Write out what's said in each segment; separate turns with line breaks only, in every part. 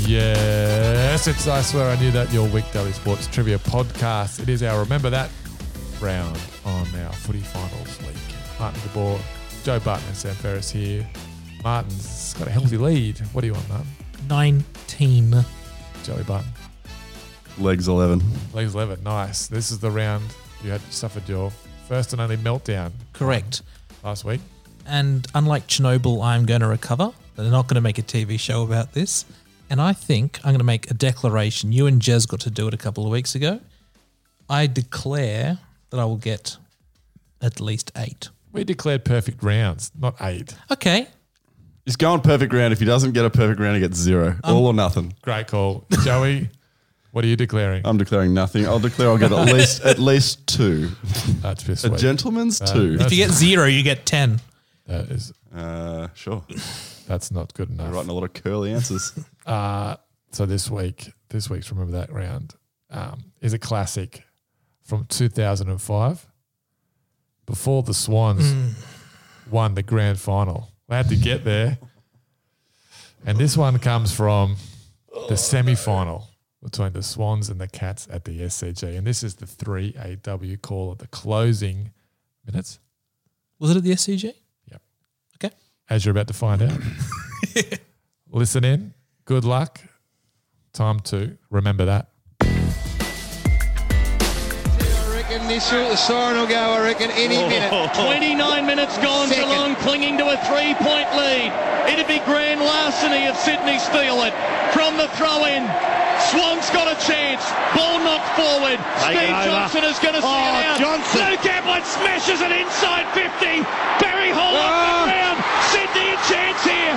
Yes, it's I Swear I Knew That, your weekdaily sports trivia podcast. It is our Remember That round on our footy finals week. Martin DeBoer, Joe Barton and Sam Ferris here. Martin's got a healthy lead. What do you want, Martin?
19.
Joey Barton.
Legs 11.
Legs 11. Nice. This is the round you had suffered your first and only meltdown
Correct.
last week.
And unlike Chernobyl, I'm going to recover. They're not going to make a TV show about this. And I think I'm going to make a declaration. You and Jez got to do it a couple of weeks ago. I declare that I will get at least eight.
We declared perfect rounds, not eight.
Okay.
He's going perfect round. If he doesn't get a perfect round, he gets zero. All or nothing.
Great call. Joey, what are you declaring?
I'm declaring nothing. I'll declare I'll get at least at least two.
That's piss
A
weak.
gentleman's two.
If you get zero, you get 10.
that is,
Uh, sure. You're
that's not good enough.
writing a lot of curly answers.
Uh, so this week, this week's remember that round um, is a classic from 2005. Before the Swans won the grand final, they had to get there, and this one comes from the semi-final between the Swans and the Cats at the SCG, and this is the three AW call at the closing minutes,
Was it at the SCG?
Yep.
Okay.
as you're about to find out. Listen in. Good luck. Time to remember that.
I reckon this the siren will go, I reckon, any
Oh.
minute.
29 minutes gone.
Second.
Geelong clinging to a three-point lead. It'd be grand larceny if Sydney steal it from the throw-in. Swan's got a chance. Ball knocked forward. Steve Johnson is going to see it out. Johnson. Luke Ablett smashes it inside 50. Barry Hall off the ground. Sydney a chance here.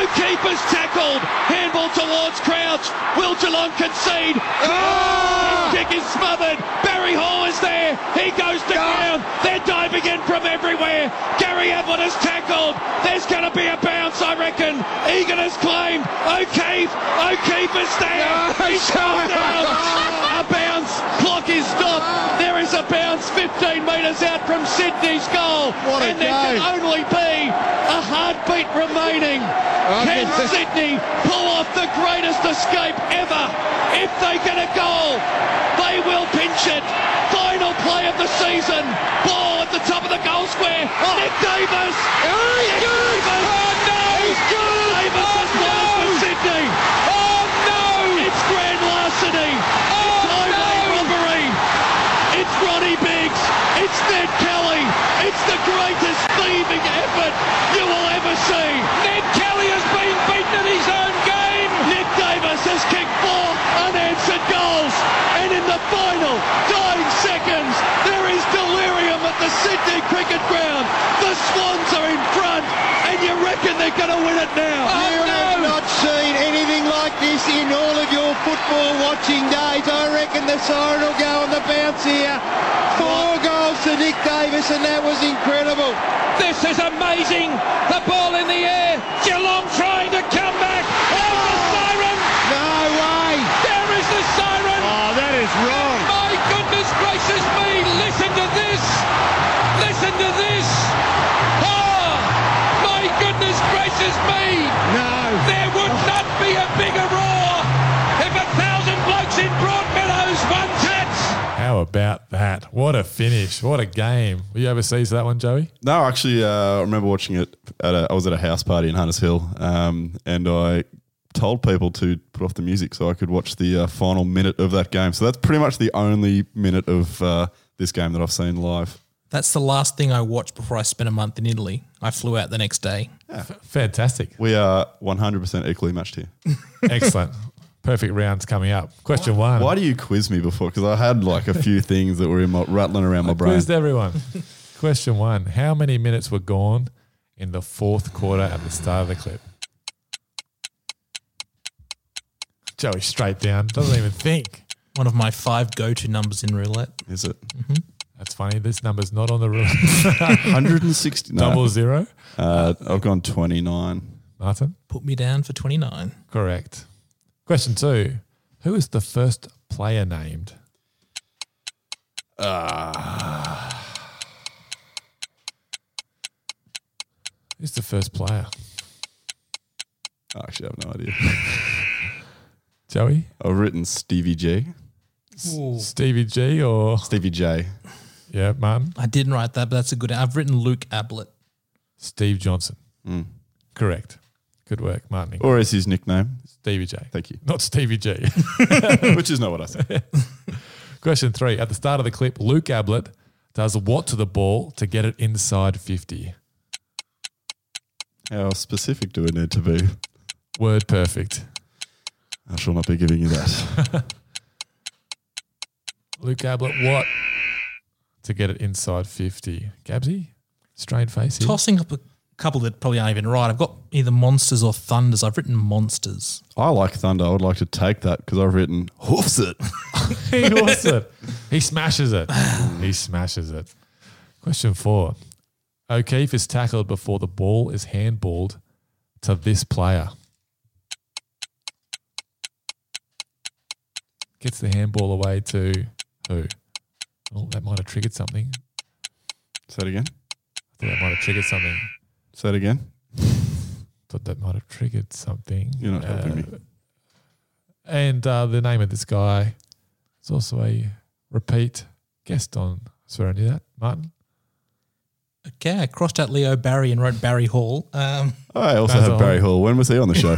O'Keefer's tackled. Handball towards Crouch. Will Geelong concede? His kick is smothered. Barry Hall is there. He goes to ground. They're diving in from everywhere. Gary Ablett is tackled. There's going to be a bounce, I reckon. Egan has claimed. O'Keefe. O'Keefe is there. He's gone down. a bounce. Clock is stopped. There is a bounce 15 metres out from Sydney's goal.
What a
and there
game.
can only be a heartbeat remaining.
Oh,
Can
just-
Sydney pull off the greatest escape ever? If they get a goal, they will pinch it. Final play of the season. Ball at the top of the goal square.
Oh.
Nick Davis. Nick Davis. Nick
Oh,
Davis has won it for Sydney. It's grand larceny. it's highway robbery. It's Ronnie Biggs. It's Ned Kelly. It's the greatest thieving effort you will ever see. Ned Kelly has been beaten in his own game. Nick Davis has kicked four unanswered goals. And in the final dying seconds, there is delirium at the Sydney Cricket Ground. The Swans are in front, and you reckon they're going to win it now.
you have not seen anything like this in all of your football watching days. I reckon the siren will go on the bounce here. Four goals to Nick Davis, and that was incredible.
This is amazing. The ball in the air. Geelong trying to come back. There's the siren.
No way.
There is the siren.
Oh, that is wrong.
My goodness gracious me. Listen to this. Listen to this. Oh, my goodness gracious me.
No.
There would not be a bigger roar if a thousand blokes in Broadmeadows won tats.
How about that? What a finish. What a game. Were you overseas for that one, Joey?
No, actually, uh, I remember watching it. At a, I was at a house party in Hunters Hill, um, and I told people to put off the music so I could watch the uh, final minute of that game. So that's pretty much the only minute of uh, this game that I've seen live.
That's the last thing I watched before I spent a month in Italy. I flew out the next day.
Fantastic.
We are 100% equally matched here.
Excellent. Perfect rounds coming up. Question one.
Why do you quiz me before? Because I had like a few things that were in my, rattling around my brain.
Quizzed everyone. Question one. How many minutes were gone in the fourth quarter at the start of the clip? Joey straight down. Doesn't even think.
One of my five go to numbers in roulette.
Is it
That's funny. This number's not on the rule.
160? No,
Double zero.
uh, I've gone 29.
Martin?
Put me down for 29.
Correct. Question two. Who is the first player named? Ah. Who's the first player?
I actually have no idea.
Joey?
I've written Stevie G.
Stevie G or
Stevie J.
yeah, Martin?
I didn't write that, but that's a good. I've written Luke Ablett.
Steve Johnson.
Mm.
Correct. Good work, Martin.
Or is his nickname.
Stevie J.
Thank you.
Not Stevie G.
Which is not what I said.
Question three. At the start of the clip, Luke Ablett does what to the ball to get it inside 50?
How specific do we need to be?
Word perfect.
I shall not be giving you that.
Luke Ablett, what? To get it inside 50. Gabsy? Strained face here.
Tossing up a couple that probably aren't even right. I've got either monsters or thunders. I've written monsters.
I like Thunder. I would like to take that because I've written hoofs it.
he wants it. He smashes it. He smashes it. Question four. O'Keefe is tackled before the ball is handballed to this player. Gets the handball away to who? Oh, that might have triggered something.
Say it again.
I thought that might have triggered something.
Say it again.
thought that might have triggered something.
You're not helping me.
And uh, the name of this guy is also a repeat guest on Swear I Knew That, Martin.
Okay, I crossed out Leo Barry and wrote Barry Hall. Um,
Uh,
I also
That's
have
all.
Barry Hall. When was he on the show?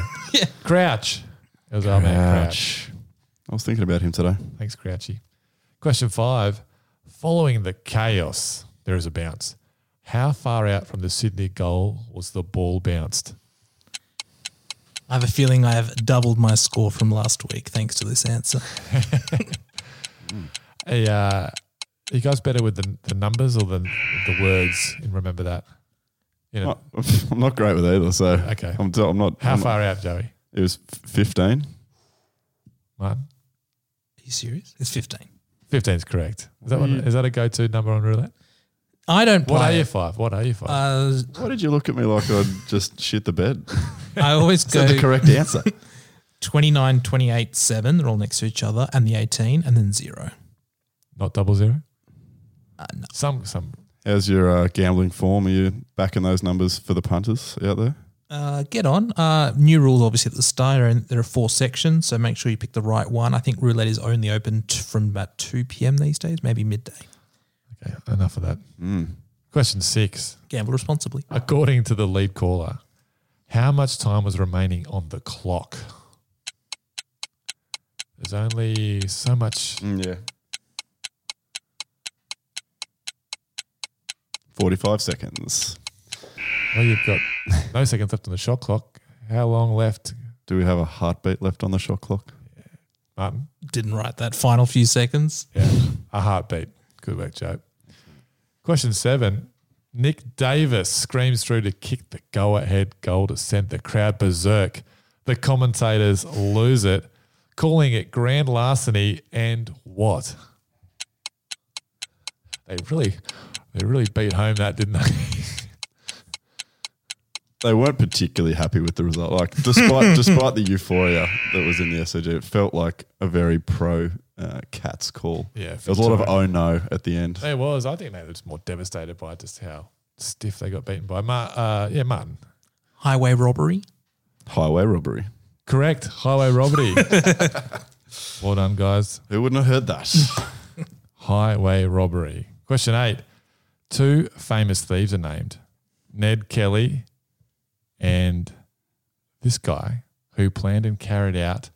Crouch. It was our man Crouch.
Ouch. I was thinking about him today.
Thanks, Crouchy. Question five. Following the chaos, there is a bounce. How far out from the Sydney goal was the ball bounced?
I have a feeling I have doubled my score from last week thanks to this answer.
Hey, uh, you guys better with the, the numbers or the, the words? And remember that. You know,
I'm not great with either, so
Okay.
I'm, t- I'm not.
how
I'm not-
far out, Joey?
It was 15.
Martin?
Are you serious? It's 15.
15 is correct. Is that, one, is that a go to number on roulette?
I don't play.
What are you five? What are you five?
uh,
Why did you look at me like I'd just shit the bed?
I always
Is that the
go
correct answer?
29, 28, 7. They're all next to each other, and the 18, and then 0.
Not double zero? no. Some, some.
How's your uh, gambling form? Are you backing those numbers for the punters out there?
Uh, get on. Uh, new rules, obviously, at the start. Are in, there are four sections, so make sure you pick the right one. I think roulette is only open t- from about 2 p.m. these days, maybe midday.
Okay, enough of that. Question six.
Gamble responsibly.
According to the lead caller, how much time was remaining on the clock? There's only so much.
Mm, yeah. 45 seconds.
Well, you've got no seconds left on the shot clock. How long left,
Do we have a heartbeat left on the shot clock?
Martin?
Didn't write that final few seconds.
Yeah, a heartbeat. Good work, Joe. Question seven. Nick Davis screams through to kick the go ahead goal to send the crowd berserk. The commentators lose it, calling it grand larceny and what? They really they really beat home that, didn't they?
They weren't particularly happy with the result. Like, despite despite the euphoria that was in the SOG, it felt like a very pro uh, Cats call.
Yeah,
there was a lot of
Victoria.
oh no at the end.
They was. I think they were just more devastated by just how stiff they got beaten by. Mar- uh, yeah, Martin.
Highway robbery.
Highway robbery.
Correct. Highway robbery. well done, guys.
Who wouldn't have heard that?
highway robbery. Question eight. Two famous thieves are named Ned Kelly and this guy who planned and carried out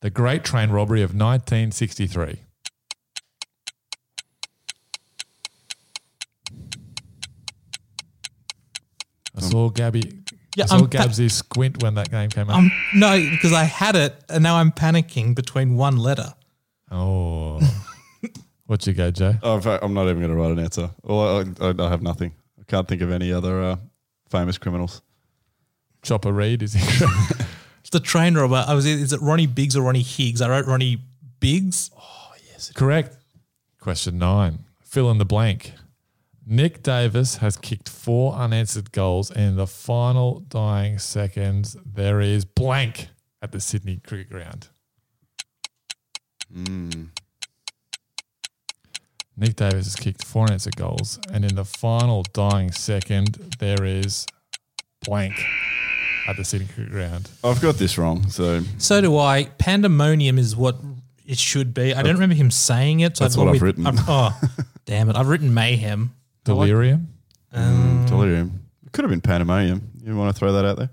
the Great Train Robbery of 1963. I saw Gabby.
Yeah,
I saw
I'm pa-
Gabsy squint when that name came up.
Um, no, because I had it, and now I'm panicking between one letter.
oh, what you go, Joe?
Oh, in fact, I'm not even going to write an answer. Well, I, I, I have nothing. I can't think of any other uh, famous criminals.
Chopper Reed is incorrect.
It's the train robber. I was. Is it Ronnie Biggs or Ronnie Higgs? I wrote Ronnie Biggs.
Correct. Question nine. Fill in the blank. Nick Davis has kicked four unanswered goals and in the final dying seconds. There is blank at the Sydney Cricket Ground. Nick Davis has kicked four unanswered goals and in the final dying second, there is blank at the Sydney Cricket Ground.
I've got this wrong. So
So do I. Pandemonium is what it should be. I don't remember him saying it. So
That's
I've
what
gone
I've written.
I've- oh, damn it! I've written mayhem.
Delirium.
delirium. It could have been pandemonium. You want to throw that out there?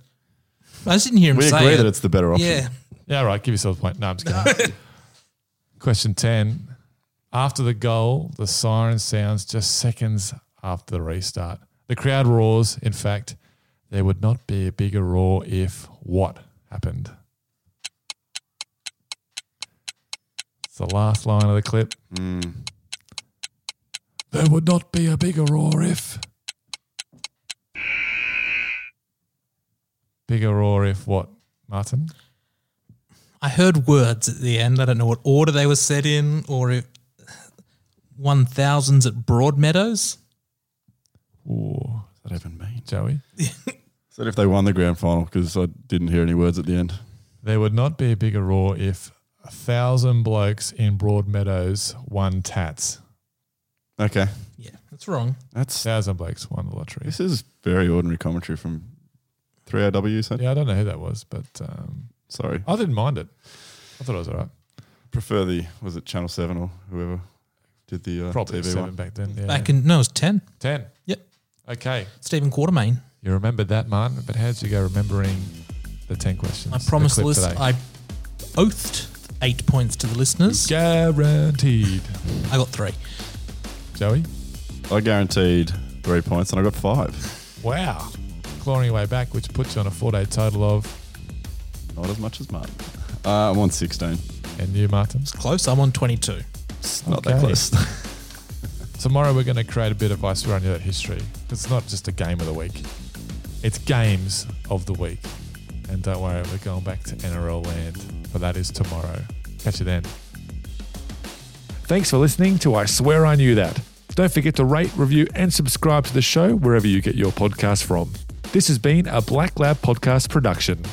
I just didn't hear him
We
say
agree
it.
that it's the better option.
yeah.
Yeah, all right. Give yourself a point. No, I'm just kidding. Question 10. After the goal, the siren sounds just seconds after the restart. The crowd roars. In fact, there would not be a bigger roar if what happened? It's the last line of the clip. There would not be a bigger roar if. Bigger roar if what, Martin?
I heard words at the end. I don't know what order they were set in, or if one thousands at Broadmeadows.
Ooh,
What does that even mean?
Joey.
Said if they won the grand final because I didn't hear any words at the end.
There would not be a bigger roar if a thousand blokes in Broadmeadows won tats.
Okay,
Yeah, that's wrong.
that's
Thousand blokes won the lottery.
this is very ordinary commentary from 3RW. You said
Yeah, I don't know who that was, but um,
sorry.
I didn't mind it. I thought it was all right.
prefer the was it Channel Seven or whoever did the uh,
Probably
TV
seven
one.
back then. Yeah.
Back in no, it's ten.
ten.
Yep,
Okay,
Stephen Quartermain.
you remembered that, Martin. But how did you go remembering the ten questions?
I promised the
clip
list.
today?
I oathed eight points to the listeners.
guaranteed.
I got three.
Joey.
I guaranteed three points and I got five.
Wow. Clawing your way back, which puts you on a four-day total of.
Not as much as Martin. Uh, I'm on sixteen.
And you, Martin.
Close. I'm on twenty-two.
It's not
Okay.
that close.
Tomorrow we're going to create a bit of Viceroy That history. It's not just a game of the week. It's games of the week. And don't worry, we're going back to NRL land, but that is tomorrow. Catch you then. Thanks for listening to I Swear I Knew That. Don't forget to rate, review, and subscribe to the show wherever you get your podcast from. This has been a Black Lab Podcast production.